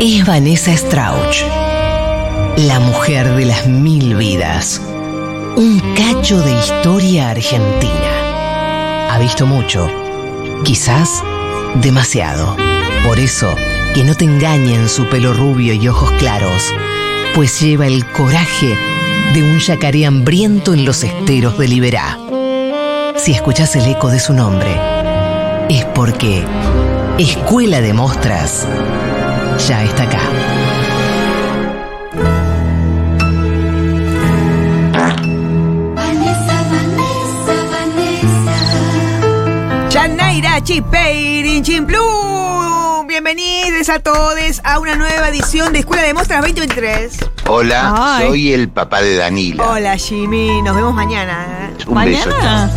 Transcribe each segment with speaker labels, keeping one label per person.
Speaker 1: es Vanessa Strauch, la mujer de las mil vidas. Un cacho de historia argentina. Ha visto mucho, quizás demasiado. Por eso, que no te engañen su pelo rubio y ojos claros, pues lleva el coraje de un yacaré hambriento en los esteros de Liberá. Si escuchás el eco de su nombre, es porque Escuela de Mostras ya está acá.
Speaker 2: Chanaira Chipeirin Chimplum. Bienvenidos a todos a una nueva edición de Escuela de Mostras 2023.
Speaker 3: Hola,
Speaker 4: Ay.
Speaker 3: soy el papá de Danila.
Speaker 2: Hola Jimmy, nos vemos mañana.
Speaker 3: Un beso.
Speaker 4: ¿Mañana?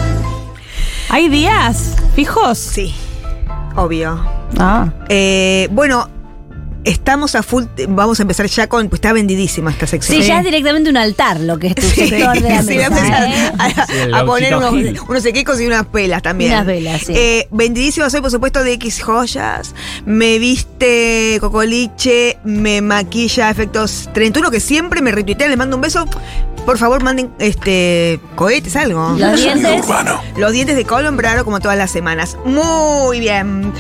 Speaker 4: ¿Hay días fijos?
Speaker 2: Sí, obvio.
Speaker 4: Ah.
Speaker 2: Eh, bueno, estamos a full. Vamos a empezar ya con. Pues está vendidísima esta sección.
Speaker 5: Sí, ya es directamente un altar lo que es tu
Speaker 2: Sí,
Speaker 5: sector de la
Speaker 2: sí,
Speaker 5: mesa.
Speaker 2: vamos a,
Speaker 5: ¿eh?
Speaker 2: a-
Speaker 6: Sí, el
Speaker 2: a poner
Speaker 6: gauchito
Speaker 2: unos,
Speaker 6: Gil.
Speaker 2: unos equecos y unas velas también.
Speaker 5: Unas velas, sí.
Speaker 2: Eh, vendidísima soy, por supuesto, de X Joyas. Me viste Cocoliche, me maquilla Efectos 31, que siempre me retuitean, les mando un beso. Por favor, manden este cohetes, algo.
Speaker 5: Los dientes.
Speaker 2: Los dientes de Colin Braro, como todas las semanas. Muy bien.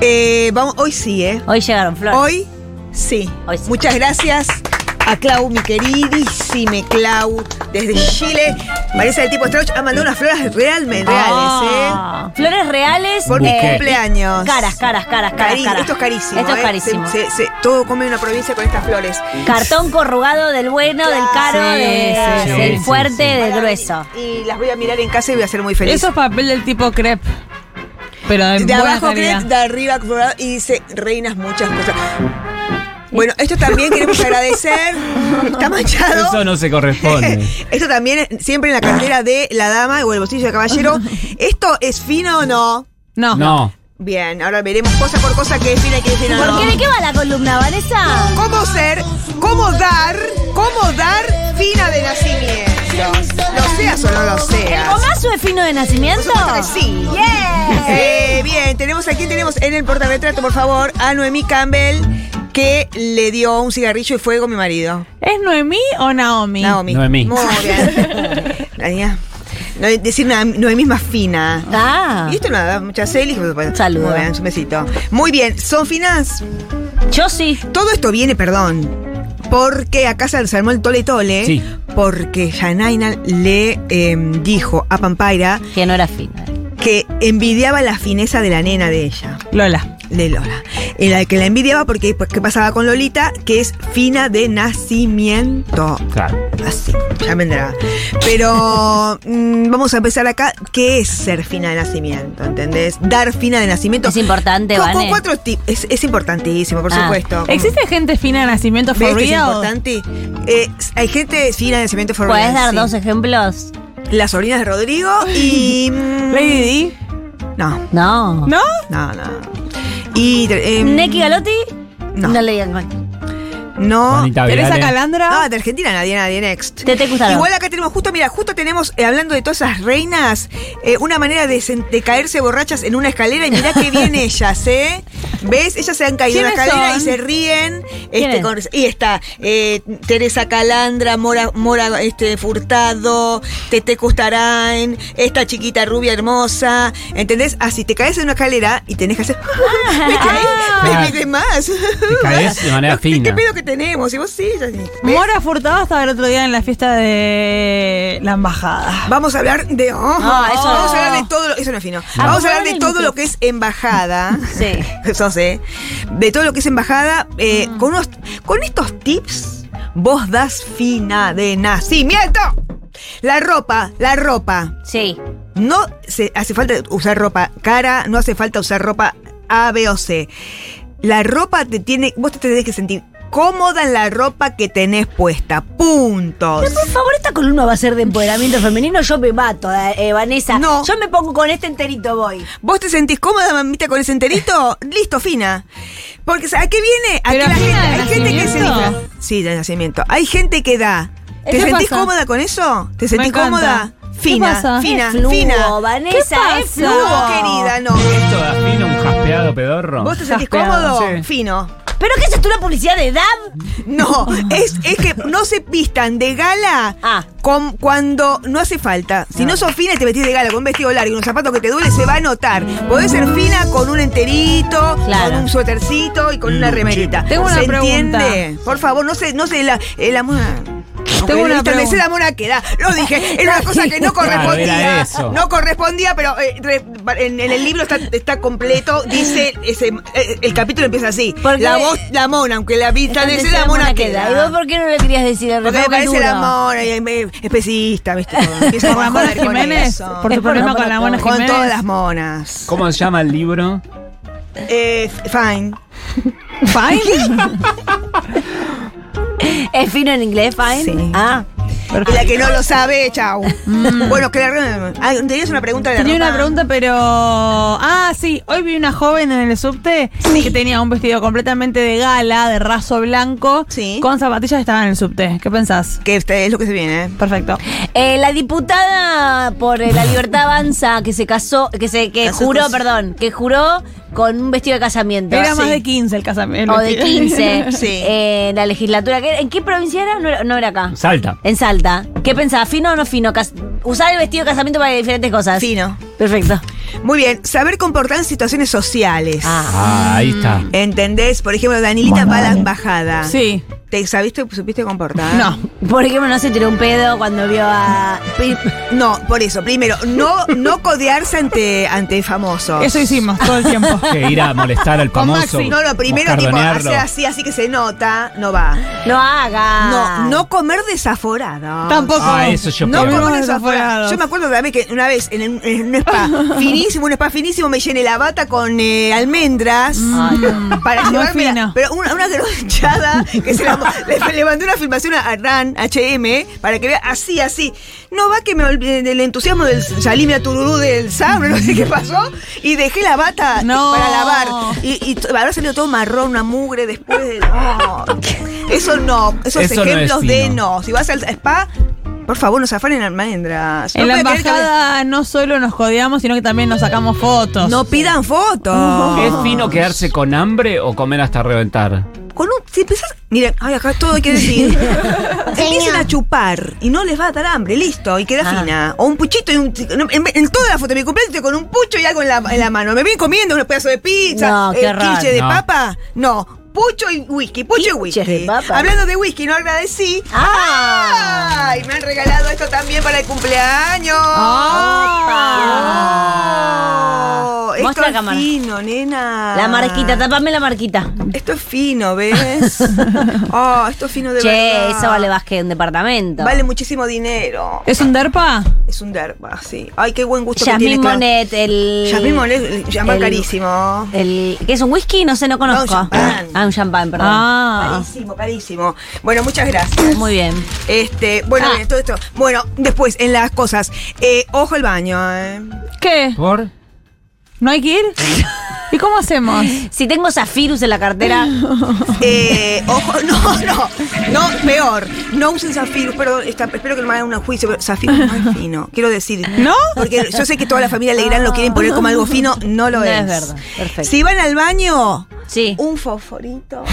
Speaker 2: Eh, vamos, hoy sí, ¿eh?
Speaker 5: Hoy llegaron flores.
Speaker 2: Hoy sí.
Speaker 5: Hoy sí.
Speaker 2: Muchas gracias a Clau, mi queridísima Clau, desde Chile. Parece del tipo Strauch ha mandado unas flores realmente reales, ¿eh?
Speaker 5: Ah, Flores reales.
Speaker 2: Por mi
Speaker 5: eh,
Speaker 2: cumpleaños.
Speaker 5: Caras, caras, caras, caras,
Speaker 2: Cari-
Speaker 5: caras.
Speaker 2: Esto es carísimo.
Speaker 5: Esto es
Speaker 2: ¿eh?
Speaker 5: carísimo.
Speaker 2: Se- se- se- todo come una provincia con estas flores.
Speaker 5: Cartón corrugado del bueno, del caro,
Speaker 4: Sí,
Speaker 5: de-
Speaker 4: sí,
Speaker 5: del
Speaker 4: sí,
Speaker 5: fuerte, del
Speaker 2: Para mí.
Speaker 5: grueso.
Speaker 2: Y las voy a mirar en casa y voy a ser muy feliz.
Speaker 4: Eso es papel del tipo crepe. Pero de,
Speaker 2: de
Speaker 4: buena
Speaker 2: abajo
Speaker 4: calidad.
Speaker 2: Crete, de arriba colorado, y dice reinas muchas cosas. Bueno, esto también queremos agradecer. Está manchado.
Speaker 6: Eso no se corresponde.
Speaker 2: Esto también es siempre en la cartera de la dama o el bolsillo de caballero. ¿Esto es fino o no?
Speaker 4: No.
Speaker 6: No.
Speaker 2: Bien, ahora veremos cosa por cosa que es fina y que es fina o
Speaker 5: ¿Por qué de
Speaker 2: no.
Speaker 5: qué va la columna, Vanessa?
Speaker 2: ¿Cómo ser, cómo dar, cómo dar fina de nacimiento? Lo seas o no lo
Speaker 5: ¿El
Speaker 2: seas.
Speaker 5: gomazo es fino de nacimiento?
Speaker 2: Por supuesto que sí.
Speaker 5: Yeah.
Speaker 2: Eh, bien, tenemos aquí tenemos en el portarretrato, por favor, a Noemí Campbell que le dio un cigarrillo y fuego a mi marido.
Speaker 4: ¿Es Noemí o Naomi?
Speaker 2: Naomi.
Speaker 6: Noemí.
Speaker 2: Muy bien. La niña. No, decir una Noemí más fina.
Speaker 5: Ah,
Speaker 2: Y esto nada, muchas celis.
Speaker 5: Saludo.
Speaker 2: Muy bien, un besito. Muy bien, son finas.
Speaker 5: yo sí.
Speaker 2: Todo esto viene, perdón. Porque acá se armó el tole tole.
Speaker 6: Sí.
Speaker 2: Porque Janaina le eh, dijo a Pampaira
Speaker 5: Que no era fino.
Speaker 2: que envidiaba la fineza de la nena de ella,
Speaker 4: Lola.
Speaker 2: de Lola. En la que la envidiaba porque, pues, ¿qué pasaba con Lolita? Que es fina de nacimiento.
Speaker 6: Claro.
Speaker 2: Así, Ah, ya vendrá. Pero mm, vamos a empezar acá. ¿Qué es ser fina de nacimiento? ¿Entendés? Dar fina de nacimiento.
Speaker 5: Es importante,
Speaker 2: Con- con
Speaker 5: Vane.
Speaker 2: cuatro ti- es, es importantísimo, por
Speaker 5: Ah.
Speaker 2: supuesto.
Speaker 4: ¿Existe gente fina de nacimiento
Speaker 2: ¿Ves
Speaker 4: for
Speaker 2: que es
Speaker 4: real?
Speaker 2: importante? Eh, hay gente fina de nacimiento for
Speaker 5: ¿Puedes
Speaker 2: real,
Speaker 5: dar
Speaker 2: sí.
Speaker 5: dos ejemplos?
Speaker 2: Las sobrinas de Rodrigo y. mm,
Speaker 4: Lady Di.
Speaker 2: No, Mm.
Speaker 5: No.
Speaker 4: ¿No?
Speaker 2: no, no. Y. eh,
Speaker 5: ¿Neki Galotti?
Speaker 2: No.
Speaker 5: le digan mal.
Speaker 2: No.
Speaker 6: Juanita
Speaker 4: Teresa
Speaker 6: Vidal, ¿eh?
Speaker 2: No,
Speaker 4: Calandra.
Speaker 2: de Argentina nadie, nadie, next.
Speaker 5: Te te gustaron.
Speaker 2: Igual acá tenemos, justo, mira, justo tenemos, eh, hablando de todas esas reinas, eh, una manera de, sen- de caerse borrachas en una escalera y mirá qué bien ellas, ¿eh? ¿Ves? Ellas se han caído en la
Speaker 4: ¿Quiénes
Speaker 2: escalera
Speaker 4: son?
Speaker 2: y se ríen. Este,
Speaker 5: ¿Quiénes?
Speaker 2: con- y está eh, Teresa Calandra, Mora, Mora este, Furtado, Tete Custarain, esta chiquita rubia hermosa. ¿Entendés? Así te caes en una escalera y tenés que hacer. me caí, me
Speaker 6: Ah.
Speaker 2: pegué más.
Speaker 6: Te caes de manera
Speaker 2: ¿Qué, ¿Qué
Speaker 6: fina.
Speaker 2: pedo que tenemos? Y vos sí, ya- ¿ves?
Speaker 4: Mora Furtado estaba el otro día en la fiesta de la embajada.
Speaker 2: Vamos a hablar de. oh,
Speaker 5: Ah, eso
Speaker 2: vamos
Speaker 5: no.
Speaker 2: a hablar de todo lo. Eso no es fino. Vamos a hablar de
Speaker 5: el
Speaker 2: todo
Speaker 5: micro.
Speaker 2: lo que es embajada.
Speaker 5: Sí.
Speaker 2: Eso sé. De todo lo que es embajada. eh, con, unos, con estos tips, vos das fina de nacimiento. La ropa, la ropa.
Speaker 5: Sí.
Speaker 2: No se, hace falta usar ropa cara, no hace falta usar ropa A, B o C. La ropa te tiene. Vos te tenés que sentir cómoda en la ropa que tenés puesta. Punto.
Speaker 5: Por favor, esta columna va a ser de empoderamiento femenino. Yo me mato, eh, Vanessa.
Speaker 2: No.
Speaker 5: Yo me pongo con este enterito, voy.
Speaker 2: ¿Vos te sentís cómoda, mamita, con ese enterito? Listo, fina. Porque ¿a qué viene? A que
Speaker 4: Pero
Speaker 2: la
Speaker 4: fina
Speaker 2: gente,
Speaker 4: de
Speaker 2: hay gente que se
Speaker 4: nacimiento.
Speaker 2: disfra- Sí, de nacimiento. Hay gente que da. ¿Te
Speaker 4: ¿Qué
Speaker 2: sentís
Speaker 4: pasa?
Speaker 2: cómoda con eso? ¿Te sentís
Speaker 4: encanta.
Speaker 2: cómoda?
Speaker 4: ¿Qué
Speaker 2: Fina,
Speaker 4: pasa?
Speaker 2: fina,
Speaker 5: Es fluo,
Speaker 2: fina.
Speaker 5: Vanessa,
Speaker 4: ¿Qué
Speaker 5: es
Speaker 4: pasa?
Speaker 5: fluo.
Speaker 2: No, querida, no.
Speaker 6: Esto da fino un jaspeado pedorro.
Speaker 2: ¿Vos te sentís
Speaker 4: Jaspeado,
Speaker 2: cómodo?
Speaker 6: sí.
Speaker 2: Fino.
Speaker 5: Pero ¿Pero qué es esto? ¿Una publicidad de DAB?
Speaker 2: No, es, es que no se vistan de gala
Speaker 5: Ah.
Speaker 2: con- cuando no hace falta.
Speaker 4: Ah.
Speaker 2: Si no sos fina y te vestís de gala con un vestido largo y unos zapatos que te duele, se va a notar. Podés ser fina con un enterito,
Speaker 5: Claro.
Speaker 2: con un suétercito y con una remerita.
Speaker 4: Tengo una
Speaker 2: ¿Se
Speaker 4: pregunta.
Speaker 2: entiende? Por favor, no se, no se la, eh, la mona.
Speaker 4: Tengo una
Speaker 2: Me sé
Speaker 4: pregunta.
Speaker 2: la mona que da. Lo dije, era una cosa que no correspondía.
Speaker 6: era eso.
Speaker 2: no correspondía, pero eh, re- en, en el libro está, está completo. Dice, ese, eh, el capítulo empieza así.
Speaker 5: Porque-
Speaker 2: la voz, la mona, aunque la vista de
Speaker 5: Entonces,
Speaker 2: ser la mona queda.
Speaker 5: ¿Y vos por qué no le querías decir el
Speaker 2: Porque me parece
Speaker 5: duro?
Speaker 2: la mona y es medio especista, ¿viste? Empiezo a
Speaker 4: Por la Mona
Speaker 2: joder con
Speaker 4: Jiménez.
Speaker 2: eso.
Speaker 4: Por
Speaker 5: Es
Speaker 4: tu
Speaker 5: por
Speaker 4: problema
Speaker 5: la
Speaker 4: con la
Speaker 5: Mona
Speaker 4: Mona
Speaker 2: con
Speaker 4: Jiménez.
Speaker 2: todas las monas.
Speaker 6: ¿Cómo se llama el libro?
Speaker 2: Eh, fine.
Speaker 4: Fine.
Speaker 5: ¿Es fino en inglés, fine?
Speaker 2: Sí.
Speaker 5: Ah.
Speaker 2: Y la que no lo sabe, chau. Bueno, que la. Ah, tenías una pregunta de la
Speaker 4: Mm. Tenía
Speaker 2: ropa?
Speaker 4: una pregunta, pero. Ah, sí. Hoy vi una joven en el subte que tenía un vestido completamente de gala, de raso blanco,
Speaker 2: Sí.
Speaker 4: con zapatillas estaba en el subte. ¿Qué pensás?
Speaker 2: Que este es lo que se viene, ¿eh?
Speaker 4: Perfecto.
Speaker 5: Eh, la diputada por eh, la libertad avanza que se casó, que se que
Speaker 2: Casó
Speaker 5: juró,
Speaker 2: con-
Speaker 5: perdón, que juró con un vestido de casamiento.
Speaker 4: Era
Speaker 5: Sí.
Speaker 4: más de 15 el casamiento.
Speaker 5: o de 15.
Speaker 2: Sí.
Speaker 5: Eh, la legislatura. ¿qué- ¿En qué provincia era? No, era? no era acá.
Speaker 6: Salta.
Speaker 5: En Salta. ¿Qué pensaba? ¿Fino o no fino? Cas- usar el vestido de casamiento para diferentes cosas.
Speaker 2: Fino.
Speaker 5: Perfecto.
Speaker 2: Muy bien, saber comportar en situaciones sociales.
Speaker 5: Ah.
Speaker 6: Ah, ahí está.
Speaker 2: Mm. ¿Entendés? Por ejemplo, Danilita va a la embajada.
Speaker 4: Sí.
Speaker 2: ¿Te sabiste, supiste comportar?
Speaker 4: No.
Speaker 5: Por ejemplo, no se tiró un pedo cuando vio a.
Speaker 2: Pri- No, por eso. Primero, no, no codearse ante, ante famosos.
Speaker 4: Eso hicimos todo el tiempo.
Speaker 6: Que ir a molestar al
Speaker 4: Con
Speaker 6: famoso.
Speaker 4: Maxi.
Speaker 2: No, lo primero, tipo,
Speaker 6: moscardonearlo.
Speaker 2: hacer así, así que se nota, no va.
Speaker 5: No haga.
Speaker 2: No, no comer desaforado.
Speaker 4: Ah. Tampoco.
Speaker 6: Ah, eso yo
Speaker 2: No
Speaker 4: No
Speaker 6: peor.
Speaker 4: comemos
Speaker 2: comer desaforado.
Speaker 4: desaforados.
Speaker 2: Yo me acuerdo también que una vez en, un- en un spa finísimo, un spa finísimo, me llené la bata con eh, almendras.
Speaker 5: Ay, no.
Speaker 2: Para
Speaker 4: Mm. Muy
Speaker 2: llevarme,
Speaker 4: fino.
Speaker 2: pero una, una gronchada que se la, le, le mandé una filmación a Ran HM para que vea así, así. No va que me olvidé del entusiasmo del salimia tururú del sabre, no sé qué pasó, y dejé la bata
Speaker 4: No.
Speaker 2: para lavar. Y, y t- habrá salido todo marrón, una mugre después de. Oh. Eso no, esos
Speaker 6: Eso no es
Speaker 2: ejemplos de
Speaker 6: fino.
Speaker 2: no. Si vas al spa, por favor, no se afanen almendras. No
Speaker 4: En la
Speaker 2: puede creer que-
Speaker 4: embajada no solo nos jodeamos, sino que también nos sacamos fotos.
Speaker 2: No pidan fotos.
Speaker 6: ¿Es fino quedarse con hambre o comer hasta reventar?
Speaker 2: Con un, si empezás, miren, ay, acá todo hay que decir. Empiezan a chupar y no les va a dar hambre, listo, y queda
Speaker 5: Ah.
Speaker 2: fina. O un puchito y un. no, En, en toda la foto de mi cumpleaños estoy con un pucho y algo en la, en la mano. Me ven comiendo un pedazo de pizza,
Speaker 5: No, qué
Speaker 2: eh, quiche
Speaker 5: raro.
Speaker 2: de
Speaker 6: No.
Speaker 2: papa. No, pucho y whisky, pucho y whisky.
Speaker 5: Quiches de papa.
Speaker 2: Hablando de whisky, no agradecí.
Speaker 5: Ah.
Speaker 2: ¡Ay! Me han regalado esto también para el cumpleaños.
Speaker 5: Ah.
Speaker 2: Oh, Esto
Speaker 5: Mostra
Speaker 2: es
Speaker 5: cámara.
Speaker 2: fino, nena.
Speaker 5: La marquita, tapame la marquita.
Speaker 2: Esto es fino, ¿ves? Oh, esto es fino de
Speaker 5: Che,
Speaker 2: verdad.
Speaker 5: eso vale más que un departamento.
Speaker 2: Vale muchísimo dinero.
Speaker 4: ¿Es un derpa?
Speaker 2: Es un derba, sí. Ay, qué buen gusto que tiene.
Speaker 5: Jasmine
Speaker 2: claro.
Speaker 5: Monet, el.
Speaker 2: Jasmine Monet, el champán
Speaker 5: el-
Speaker 2: carísimo.
Speaker 5: El, ¿Qué es un whisky? No sé, no conozco.
Speaker 2: champán.
Speaker 5: Ah, un champán, perdón.
Speaker 4: Ah.
Speaker 2: Carísimo, carísimo. Bueno, muchas gracias.
Speaker 5: Muy bien.
Speaker 2: Este, bueno,
Speaker 5: Ah.
Speaker 2: bien, todo esto. Bueno, después, en las cosas. Eh, ojo el baño, ¿eh?
Speaker 4: ¿Qué?
Speaker 6: ¿Por?
Speaker 4: ¿No hay que ir? ¿Y cómo hacemos?
Speaker 5: Si tengo Zafirus en la cartera,
Speaker 2: Eh, ojo, no, no, no, peor. No usen zafiro, perdón, está- espero que no me hagan un juicio, pero zafiro no es fino, quiero decir.
Speaker 4: ¿No?
Speaker 2: Porque yo sé que toda la familia Leirán lo quieren poner como algo fino, no lo
Speaker 5: No
Speaker 2: es.
Speaker 5: es verdad, perfecto.
Speaker 2: Si van al baño,
Speaker 5: sí.
Speaker 2: un fosforito.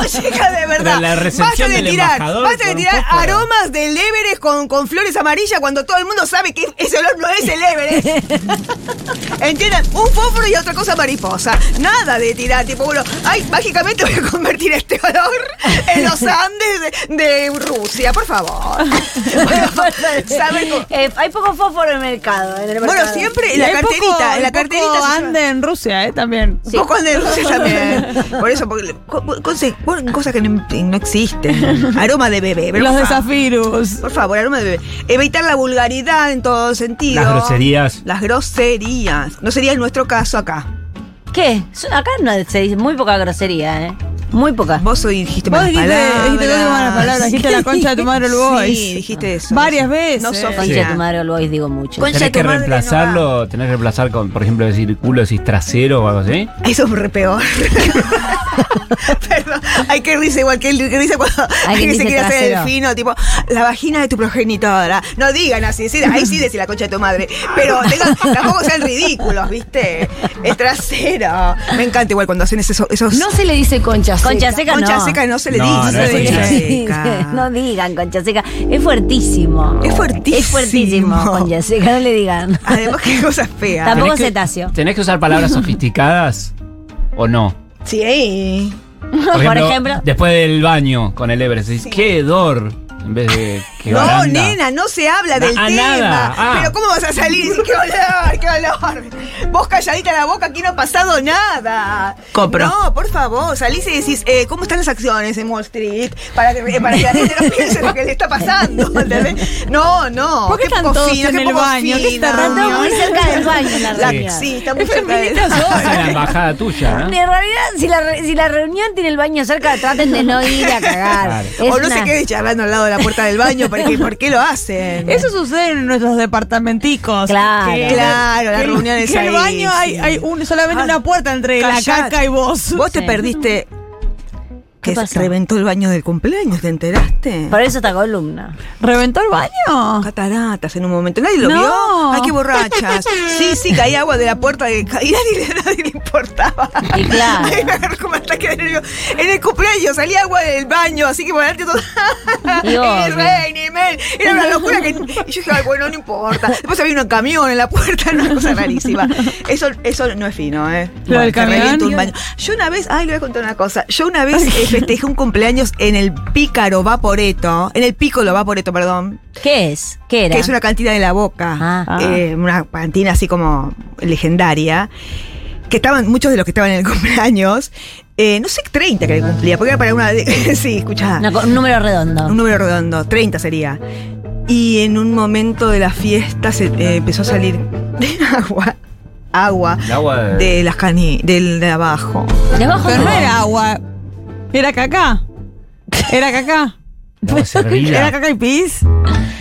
Speaker 2: No, chica, de verdad.
Speaker 6: Pero la recepción
Speaker 2: Basta de
Speaker 6: del
Speaker 2: tirar,
Speaker 6: embajador
Speaker 2: basta de
Speaker 6: con un
Speaker 2: tirar
Speaker 6: fósforo.
Speaker 2: aromas del Everest con, con flores amarillas cuando todo el mundo sabe que ese olor no es el Everest. Entiendan, un fósforo y otra cosa mariposa. Nada de tirar, tipo, bueno, ay, mágicamente voy a convertir este olor en los Andes de, de Rusia, por favor. Bueno, saben cómo-
Speaker 5: Eh, hay poco fósforo en el mercado. En el
Speaker 2: Bueno,
Speaker 5: mercado.
Speaker 2: siempre en
Speaker 4: Y
Speaker 2: la
Speaker 4: hay poco-
Speaker 2: carterita, en la
Speaker 4: hay poco
Speaker 2: carterita. se lleva-
Speaker 4: ande en Rusia, ¿eh? También.
Speaker 2: un poco de dulces también. Por eso, porque co- conse- ponen cosas que no, no existen. Aroma de bebé. pero
Speaker 4: Los
Speaker 2: por
Speaker 4: de
Speaker 2: favor.
Speaker 4: Zafirus.
Speaker 2: Por favor, aroma de bebé. Evitar la vulgaridad en todo sentido.
Speaker 6: Las groserías.
Speaker 2: Las groserías. No sería nuestro caso acá.
Speaker 5: ¿Qué? So- Acá no se dice muy poca grosería, ¿eh? Muy poca.
Speaker 2: Vos hoy dijiste
Speaker 4: Vos
Speaker 2: malas
Speaker 4: dijiste,
Speaker 2: palabras.
Speaker 4: dijiste dos malas palabras, dijiste la concha de tu madre el boys.
Speaker 2: Sí, dijiste eso.
Speaker 4: Varias
Speaker 2: No
Speaker 4: veces.
Speaker 2: No sos
Speaker 5: Concha
Speaker 6: Sí.
Speaker 5: de
Speaker 2: fina.
Speaker 5: tu madre, lo voy, digo mucho.
Speaker 2: Concha de
Speaker 6: Tenés
Speaker 2: tu
Speaker 6: que
Speaker 2: madre, no
Speaker 6: reemplazarlo, tenés que reemplazar con, por ejemplo, decir culo, decís trasero o algo así.
Speaker 2: Eso es re peor. Perdón. Hay que risa igual que el que risa cuando
Speaker 5: Hay quien
Speaker 2: que se
Speaker 5: dice
Speaker 2: quiere hacer el
Speaker 5: trasero.
Speaker 2: fino, tipo, la vagina de tu progenitora. No digan así, sí, ahí sí decís la concha de tu madre. Pero tengan- tampoco sean ridículos, ¿viste? El trasero. Me encanta igual cuando hacen esos. esos
Speaker 7: No se le dice concha seca.
Speaker 5: Concha seca
Speaker 2: concha
Speaker 5: no.
Speaker 2: seca no se le
Speaker 6: No,
Speaker 2: dice.
Speaker 6: no es concha
Speaker 5: no digan concha seca. Es fuertísimo.
Speaker 2: Es fuertísimo.
Speaker 5: Es fuertísimo, concha seca, no le digan.
Speaker 2: Además, qué cosas feas.
Speaker 5: Tampoco
Speaker 6: Tenés que-
Speaker 5: cetáceo.
Speaker 6: ¿Tenés que usar palabras sofisticadas o no?
Speaker 2: Sí.
Speaker 6: Por
Speaker 5: ejemplo.
Speaker 6: Después del baño con el Everest, decís, qué hedor. En vez de que
Speaker 2: No, nena, no se habla del
Speaker 6: Ah,
Speaker 2: tema.
Speaker 6: nada. Ah.
Speaker 2: Pero ¿cómo vas a salir? y decir, ¡Qué olor, qué olor! Vos calladita la boca, aquí no ha pasado nada.
Speaker 4: Compro.
Speaker 2: No, por favor, salís y decís, eh, ¿cómo están las acciones en Wall Street? Para que, eh, para que la gente no piense lo que le está pasando. ¿entendés? No, no.
Speaker 4: ¿Por qué están
Speaker 2: poco
Speaker 4: todos
Speaker 2: fina,
Speaker 4: en
Speaker 2: qué
Speaker 4: el
Speaker 2: poco
Speaker 4: baño? ¿Qué
Speaker 2: fina.
Speaker 4: está
Speaker 5: Está todo muy cerca del baño la
Speaker 2: La-
Speaker 5: reunión.
Speaker 2: sí, está muy cerca de
Speaker 6: Es la embajada tuya, ¿no?
Speaker 5: En realidad, si la, re- si la reunión tiene el baño cerca, traten de no ir a cagar.
Speaker 6: Claro.
Speaker 5: Es
Speaker 2: O no
Speaker 5: una-
Speaker 2: se quede charlando al lado de la puerta del baño, porque ¿por qué lo hacen?
Speaker 4: Eso sucede en nuestros departamentos.
Speaker 5: Claro.
Speaker 2: Claro, las
Speaker 4: que el-
Speaker 2: reuniones
Speaker 4: que el
Speaker 2: ahí,
Speaker 4: baño hay,
Speaker 2: sí.
Speaker 4: hay un- solamente
Speaker 2: Ah,
Speaker 4: una puerta entre la
Speaker 2: callate.
Speaker 4: caca y vos.
Speaker 2: Vos te
Speaker 5: Sí.
Speaker 2: perdiste.
Speaker 5: ¿Qué
Speaker 2: Que se
Speaker 5: pasó?
Speaker 2: reventó el baño del cumpleaños, ¿te enteraste?
Speaker 5: Por eso esta columna.
Speaker 4: ¿Reventó el baño?
Speaker 2: Cataratas en un momento. Nadie lo
Speaker 4: No.
Speaker 2: vio. Ay, qué borrachas. Sí, sí, caía agua de la puerta de y nadie, le- nadie le importaba.
Speaker 5: Y claro.
Speaker 2: Ay, me agarró como ataque de nervio. En el cumpleaños salía agua del baño, así que por adelante todo.
Speaker 5: Y
Speaker 2: Y
Speaker 5: obvio.
Speaker 2: rey, ni mel. Era una locura que. Y yo dije, ay, bueno, no importa. Después había un camión en la puerta, era una cosa rarísima. Eso, eso no es fino, ¿eh?
Speaker 4: Lo del
Speaker 2: Te revienta
Speaker 4: camión.
Speaker 2: un baño. Yo una vez, ay, le voy a contar una cosa. Yo una vez eh, festejé un cumpleaños en el Pícaro Vaporeto, en el Pícolo Vaporeto, perdón,
Speaker 5: ¿Qué es? ¿Qué era?
Speaker 2: que es una cantina de la boca.
Speaker 5: Ah.
Speaker 2: Eh, una cantina así como legendaria. Que estaban, muchos de los que estaban en el cumpleaños, eh, no sé, 30 que le cumplía, porque era para una. de- sí, escuchá.
Speaker 5: Una co- un número redondo.
Speaker 2: Un número redondo, 30 sería. Y en un momento de la fiesta se eh, empezó a salir agua. Agua.
Speaker 6: El agua de-
Speaker 2: De las cani. del de abajo.
Speaker 5: Debajo
Speaker 4: Pero no
Speaker 5: no.
Speaker 2: Ah.
Speaker 4: era agua. Era caca. Era caca.
Speaker 6: No, es hervida.
Speaker 4: Era caca y pis.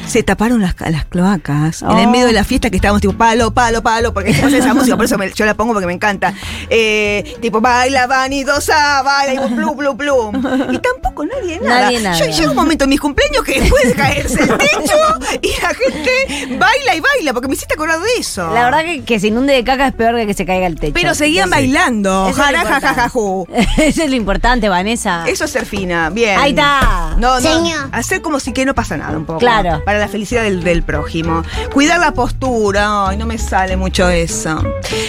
Speaker 2: Se taparon las, ca- las cloacas. En el medio de la
Speaker 5: Oh.
Speaker 2: fiesta que estábamos tipo palo, palo, palo, porque se pasa esa música, por eso me- yo la pongo porque me encanta. Eh, tipo baila vanidosa, baila y plum, plum, plum. Y tampoco nadie nada.
Speaker 5: Nadie nada.
Speaker 2: Yo, llega un momento en mis cumpleaños que puede caerse el techo y la gente baila y baila, porque me hiciste acordar de eso.
Speaker 5: La verdad que que se inunde de caca es peor que que se caiga el techo.
Speaker 2: Pero seguían bailando.
Speaker 5: Eso es lo
Speaker 2: Jara, ja, ja, ja, ju.
Speaker 5: importante. Eso es lo importante, Vanessa.
Speaker 2: Eso es ser fina. Bien.
Speaker 5: Ah. Ahí está.
Speaker 2: No, no. Hacer como si que no pasa nada un poco.
Speaker 5: Claro.
Speaker 2: Para la felicidad del, del prójimo. Cuidar la postura. Ay, no me sale mucho eso.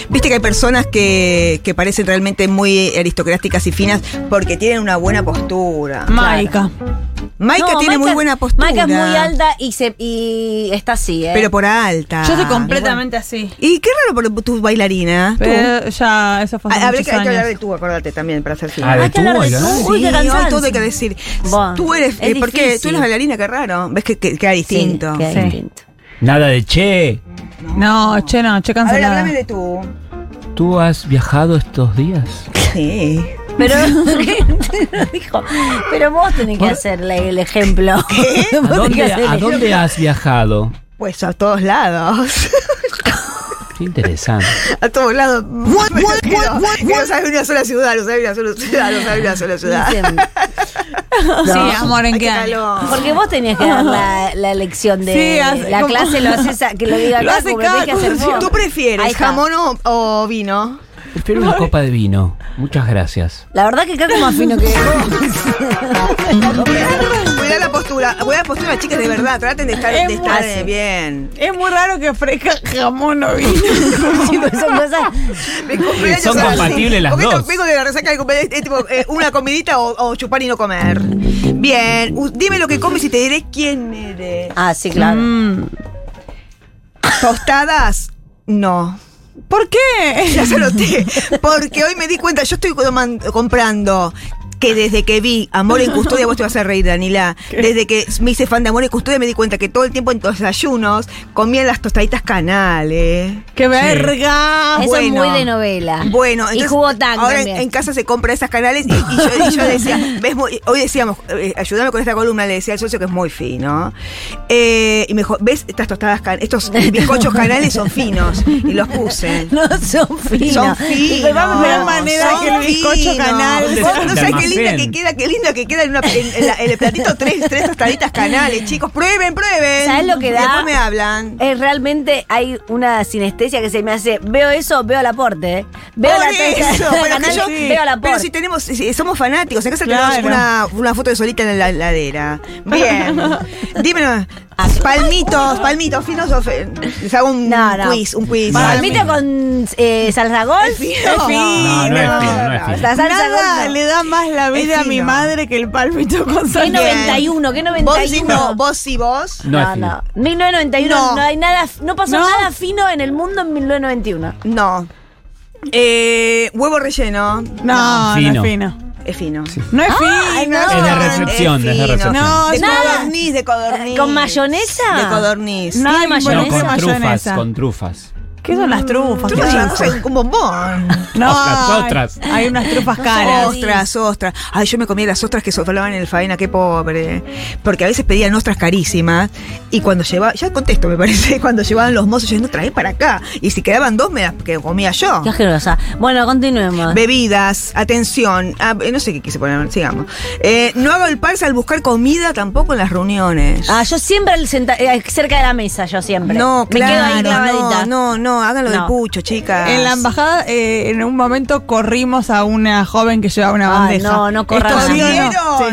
Speaker 2: Viste que hay personas que, que parecen realmente muy aristocráticas y finas porque tienen una buena postura.
Speaker 4: Maica.
Speaker 2: Maika
Speaker 5: No,
Speaker 2: tiene muy
Speaker 5: Maika-
Speaker 2: buena postura.
Speaker 5: Maika es muy alta y, se, y está así, ¿eh?
Speaker 2: Pero por alta.
Speaker 4: Yo soy completamente así.
Speaker 2: Y qué raro por tu bailarina. Tú.
Speaker 4: Pero ya, eso fue hace
Speaker 2: Ah, Habría
Speaker 4: muchos
Speaker 2: que, hay que
Speaker 4: años.
Speaker 2: hablar de tú, acordate también, para ser fina.
Speaker 6: Ah, de
Speaker 5: Hay que hablar de
Speaker 6: tubo,
Speaker 5: tubo.
Speaker 6: ¿no?
Speaker 5: Uy, qué
Speaker 2: Sí,
Speaker 5: cansancio.
Speaker 2: hoy todo hay que decir.
Speaker 5: Bueno,
Speaker 2: tú eres,
Speaker 5: es
Speaker 2: eh, ¿por qué? Tú
Speaker 5: difícil.
Speaker 2: eres bailarina, qué raro. Ves que, que queda
Speaker 5: Sí,
Speaker 2: distinto.
Speaker 5: queda
Speaker 4: Sí.
Speaker 5: distinto.
Speaker 6: Nada de che.
Speaker 4: No, che, no, che
Speaker 2: A ver,
Speaker 4: cancelada.
Speaker 2: háblame de tú.
Speaker 6: ¿Tú has viajado estos días?
Speaker 2: Sí.
Speaker 5: Pero, dijo, pero vos tenés que hacerle el ejemplo. Vos
Speaker 6: ¿A
Speaker 5: tenés que
Speaker 6: dónde,
Speaker 5: hacer el
Speaker 6: a dónde has viajado?
Speaker 2: Pues a todos lados.
Speaker 6: Qué interesante.
Speaker 2: a todos lados. Pero No sabe una sola ciudad, no sabe una sola ciudad, no sabe una sola ciudad.
Speaker 5: ejemplo. Dicen,
Speaker 4: Sí, amor, ¿en
Speaker 2: Ay,
Speaker 4: qué año?
Speaker 2: calor.
Speaker 5: Porque vos tenías que dar la, la lección de
Speaker 4: Sí, hace-
Speaker 5: la
Speaker 4: como-
Speaker 5: clase, lo haces a- que lo diga
Speaker 4: Lo
Speaker 5: acá,
Speaker 4: hace
Speaker 5: como lo tenés que
Speaker 4: Caco,
Speaker 5: hacer
Speaker 4: sí.
Speaker 5: vos.
Speaker 2: ¿Tú
Speaker 5: Ahí
Speaker 2: prefieres
Speaker 5: está.
Speaker 2: jamón o, o vino?
Speaker 6: Prefiero una copa de vino. Muchas gracias.
Speaker 5: La verdad que acá como afino que
Speaker 2: Cuidar la postura. Cuidar la postura, chicas, de verdad. Traten de estar, de
Speaker 4: Es
Speaker 2: estar
Speaker 5: muy-
Speaker 2: eh, bien.
Speaker 4: Es muy raro que ofrezca jamón o vino.
Speaker 5: Sí, pues son cosas.
Speaker 2: Mi cumpleaños
Speaker 6: Son
Speaker 2: es así.
Speaker 6: compatibles las
Speaker 2: Porque esto-
Speaker 6: dos.
Speaker 2: Vengo de la resaca del cumpleaños, es tipo eh, una comidita o, o chupar y no comer. Bien, u- dime lo que comes y te diré quién eres.
Speaker 5: Ah, sí, claro.
Speaker 2: ¿Tostadas? No.
Speaker 4: Ah. ¿Por qué?
Speaker 2: Ya se lo noté. Porque hoy me di cuenta, yo estoy coman- comprando. Que desde que vi Amor en Custodia, vos te vas a reír, Danila. Desde que me hice fan de Amor en Custodia, me di cuenta que todo el tiempo en los desayunos comían las tostaditas canales.
Speaker 4: ¡Qué verga!
Speaker 5: Eso
Speaker 2: Ah,
Speaker 5: es
Speaker 2: bueno.
Speaker 5: muy de novela.
Speaker 2: Bueno,
Speaker 5: Ah. y
Speaker 2: entonces,
Speaker 5: jugó tan
Speaker 2: ahora en,
Speaker 5: también.
Speaker 2: en casa se compra esas canales y, y yo, y yo decía, ves muy- hoy decíamos, eh, ayúdame con esta columna, le decía al socio que es muy fino. Eh, y me dijo, ¿ves estas tostadas, can- estos bizcochos canales son finos? Y los puse.
Speaker 5: No son finos.
Speaker 2: Son finos. pues
Speaker 5: Disculpame,
Speaker 4: pero manera
Speaker 2: son
Speaker 4: que el bizcocho
Speaker 2: finos.
Speaker 4: canal-
Speaker 2: Vos No
Speaker 6: ¿Dónde
Speaker 2: sé
Speaker 6: se
Speaker 2: qué qué linda que queda, qué linda que queda en, una- en- en la- en el platito tres, tres tostaditas canales, chicos. Prueben, prueben.
Speaker 5: ¿Sabes lo que da?
Speaker 2: Después me hablan.
Speaker 5: Eh, realmente hay una sinestesia que se me hace. Veo eso, veo el aporte. ¿eh? Veo
Speaker 2: Por
Speaker 5: la
Speaker 2: eso, pero
Speaker 5: canal,
Speaker 2: que yo-
Speaker 5: veo el aporte.
Speaker 2: pero si tenemos, si somos fanáticos, en casa tenemos
Speaker 4: Claro.
Speaker 2: una, una foto de solita en la heladera. Bien. Dímelo. Palmitos, palmitos, finos o fe- les hago un
Speaker 5: No, no.
Speaker 2: quiz, un quiz.
Speaker 6: Mal.
Speaker 5: Palmito con eh, salsa golf.
Speaker 2: Fino.
Speaker 6: No, no es fino, no es fino.
Speaker 5: La salsa
Speaker 4: Nada
Speaker 5: golf. no.
Speaker 4: le da más la vida a mi
Speaker 2: Vecino.
Speaker 4: madre que el palpito con
Speaker 5: ¿Qué
Speaker 4: salsa.
Speaker 2: no-
Speaker 5: 91? ¿Qué
Speaker 2: Vos sí,
Speaker 5: 91?
Speaker 2: no, vos sí, vos.
Speaker 6: No es
Speaker 5: no,
Speaker 6: fino.
Speaker 5: no. 1991 no.
Speaker 2: No.
Speaker 5: hay nada, no pasó
Speaker 4: No.
Speaker 5: nada fino en el mundo en 1991.
Speaker 2: No. Eh, huevo relleno.
Speaker 4: No, no
Speaker 6: Fino.
Speaker 4: es fino.
Speaker 2: Es fino.
Speaker 4: No es
Speaker 5: Ay,
Speaker 4: fino.
Speaker 5: no.
Speaker 6: Es de
Speaker 2: Ah,
Speaker 6: recepción, es de
Speaker 2: fino.
Speaker 6: recepción.
Speaker 4: No,
Speaker 2: de
Speaker 4: nada.
Speaker 2: codorniz, de codorniz.
Speaker 5: ¿Con mayonesa?
Speaker 2: De codorniz.
Speaker 4: No hay
Speaker 5: Tiene
Speaker 6: No,
Speaker 4: mayonesa.
Speaker 5: mayonesa.
Speaker 6: con trufas,
Speaker 4: mayonesa.
Speaker 6: con trufas.
Speaker 4: ¿Qué son las trufas?
Speaker 2: Tú
Speaker 4: ¿Qué
Speaker 2: me
Speaker 4: son?
Speaker 2: dices, un bombón.
Speaker 4: No,
Speaker 6: Ostras,
Speaker 4: hay-
Speaker 6: ostras.
Speaker 4: Hay unas trufas caras.
Speaker 2: Ostras, ostras. Ay, yo me comía las ostras que soplaban en el faena, qué pobre. Porque a veces pedían ostras carísimas. Y cuando llevaba, ya contesto, me parece, cuando llevaban los mozos, yo no trae para acá. Y si quedaban dos, me las que comía yo.
Speaker 5: Qué asquerosa. Bueno, continuemos.
Speaker 2: Bebidas, atención. Ah, eh, no sé qué quise poner, sigamos. Eh, no hago el parse al buscar comida tampoco en las reuniones.
Speaker 5: Ah, yo siempre al senta- eh, cerca de la mesa, yo siempre.
Speaker 2: no,
Speaker 5: Me quedo ahí
Speaker 2: claro,
Speaker 5: clavadita.
Speaker 2: no, no, no, háganlo
Speaker 5: No.
Speaker 2: de pucho, chicas.
Speaker 4: En la embajada, eh, en un momento corrimos a una joven que llevaba una
Speaker 5: Ay,
Speaker 4: bandeja.
Speaker 5: no, no
Speaker 4: Esto
Speaker 5: corran a
Speaker 4: sí o no?
Speaker 5: nadie.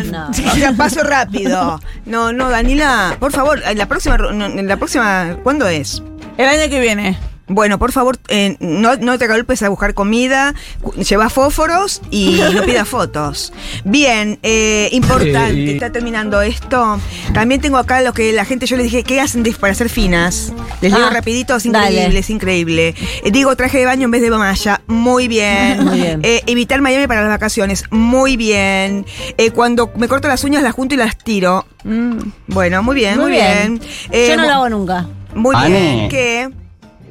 Speaker 2: ¿Vieron?
Speaker 5: Sí. No.
Speaker 2: O sea, paso rápido. No, no, Danila, por favor, en la próxima, ro- no, en la próxima, ¿cuándo es?
Speaker 4: El año que viene.
Speaker 2: Bueno, por favor, eh, no, no te golpes a buscar comida, cu- lleva fósforos y no pidas fotos. Bien, eh, importante,
Speaker 6: Eh,
Speaker 2: está terminando esto. También tengo acá lo que la gente, yo les dije, ¿qué hacen de- para ser finas? Les
Speaker 5: Ah,
Speaker 2: digo rapidito, es
Speaker 5: dale.
Speaker 2: increíble, es increíble. Eh, digo, traje de baño en vez de malla, muy bien.
Speaker 5: Muy bien.
Speaker 2: Eh, evitar Miami para las vacaciones, muy bien. Eh, cuando me corto las uñas, las junto y las tiro.
Speaker 4: Mm.
Speaker 2: Bueno, muy bien, muy,
Speaker 5: Muy bien.
Speaker 2: bien. Eh,
Speaker 5: yo no
Speaker 2: mu-
Speaker 5: lo hago nunca.
Speaker 2: Muy bien,
Speaker 7: Ale.
Speaker 2: ¿qué?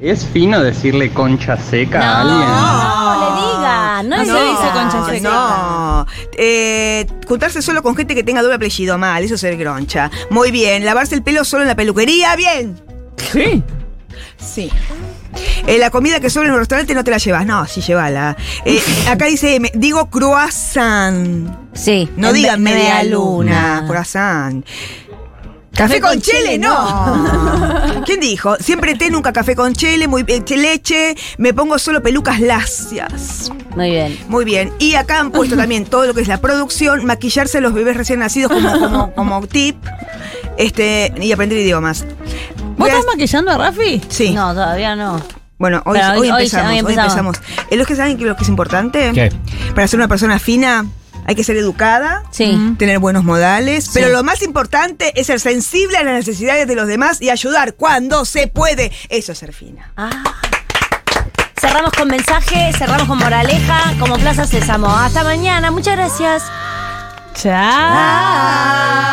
Speaker 7: ¿Es fino decirle concha seca a
Speaker 5: no,
Speaker 7: alguien?
Speaker 5: no, le
Speaker 2: Ah,
Speaker 5: diga. No,
Speaker 4: No
Speaker 5: le
Speaker 4: se
Speaker 5: diga.
Speaker 4: dice concha seca.
Speaker 2: No. Eh, juntarse solo con gente que tenga doble apellido mal, eso es ser groncha. Muy bien. Lavarse el pelo solo en la peluquería, bien.
Speaker 6: Sí.
Speaker 2: Sí. Eh, la comida que sobra en el restaurante no te la llevas. No, sí, llévala. Eh, acá dice, me- digo croissant.
Speaker 5: Sí.
Speaker 2: No
Speaker 5: en
Speaker 2: digan
Speaker 5: me-
Speaker 2: media luna, croissant. Café con chele, no. ¿Quién dijo? Siempre té, nunca café con chele, muy bien, che- leche, me pongo solo pelucas lacias.
Speaker 5: Muy bien.
Speaker 2: Muy bien. Y acá han puesto también todo lo que es la producción, maquillarse a los bebés recién nacidos como, como, como tip. Este, y aprender idiomas.
Speaker 4: ¿Vos
Speaker 2: Voy a-
Speaker 4: estás maquillando a Rafi?
Speaker 2: Sí.
Speaker 5: No, todavía no.
Speaker 2: Bueno, hoy,
Speaker 5: Pero
Speaker 2: hoy
Speaker 5: hoy- hoy-
Speaker 2: empezamos.
Speaker 5: hoy
Speaker 2: Hoy
Speaker 5: empezamos.
Speaker 2: empezamos. Eh, ¿Los que saben que lo que es importante?
Speaker 6: ¿Qué?
Speaker 2: Para ser una persona fina hay que ser educada. Mm.
Speaker 5: Sí.
Speaker 2: Tener buenos modales, pero lo más importante es ser sensible a las necesidades de los demás y ayudar cuando se puede. Eso es ser fina.
Speaker 5: Ah. Cerramos con mensaje, cerramos con moraleja, como Plaza Sésamo. Hasta mañana, muchas gracias.
Speaker 4: Chao.
Speaker 5: Chao.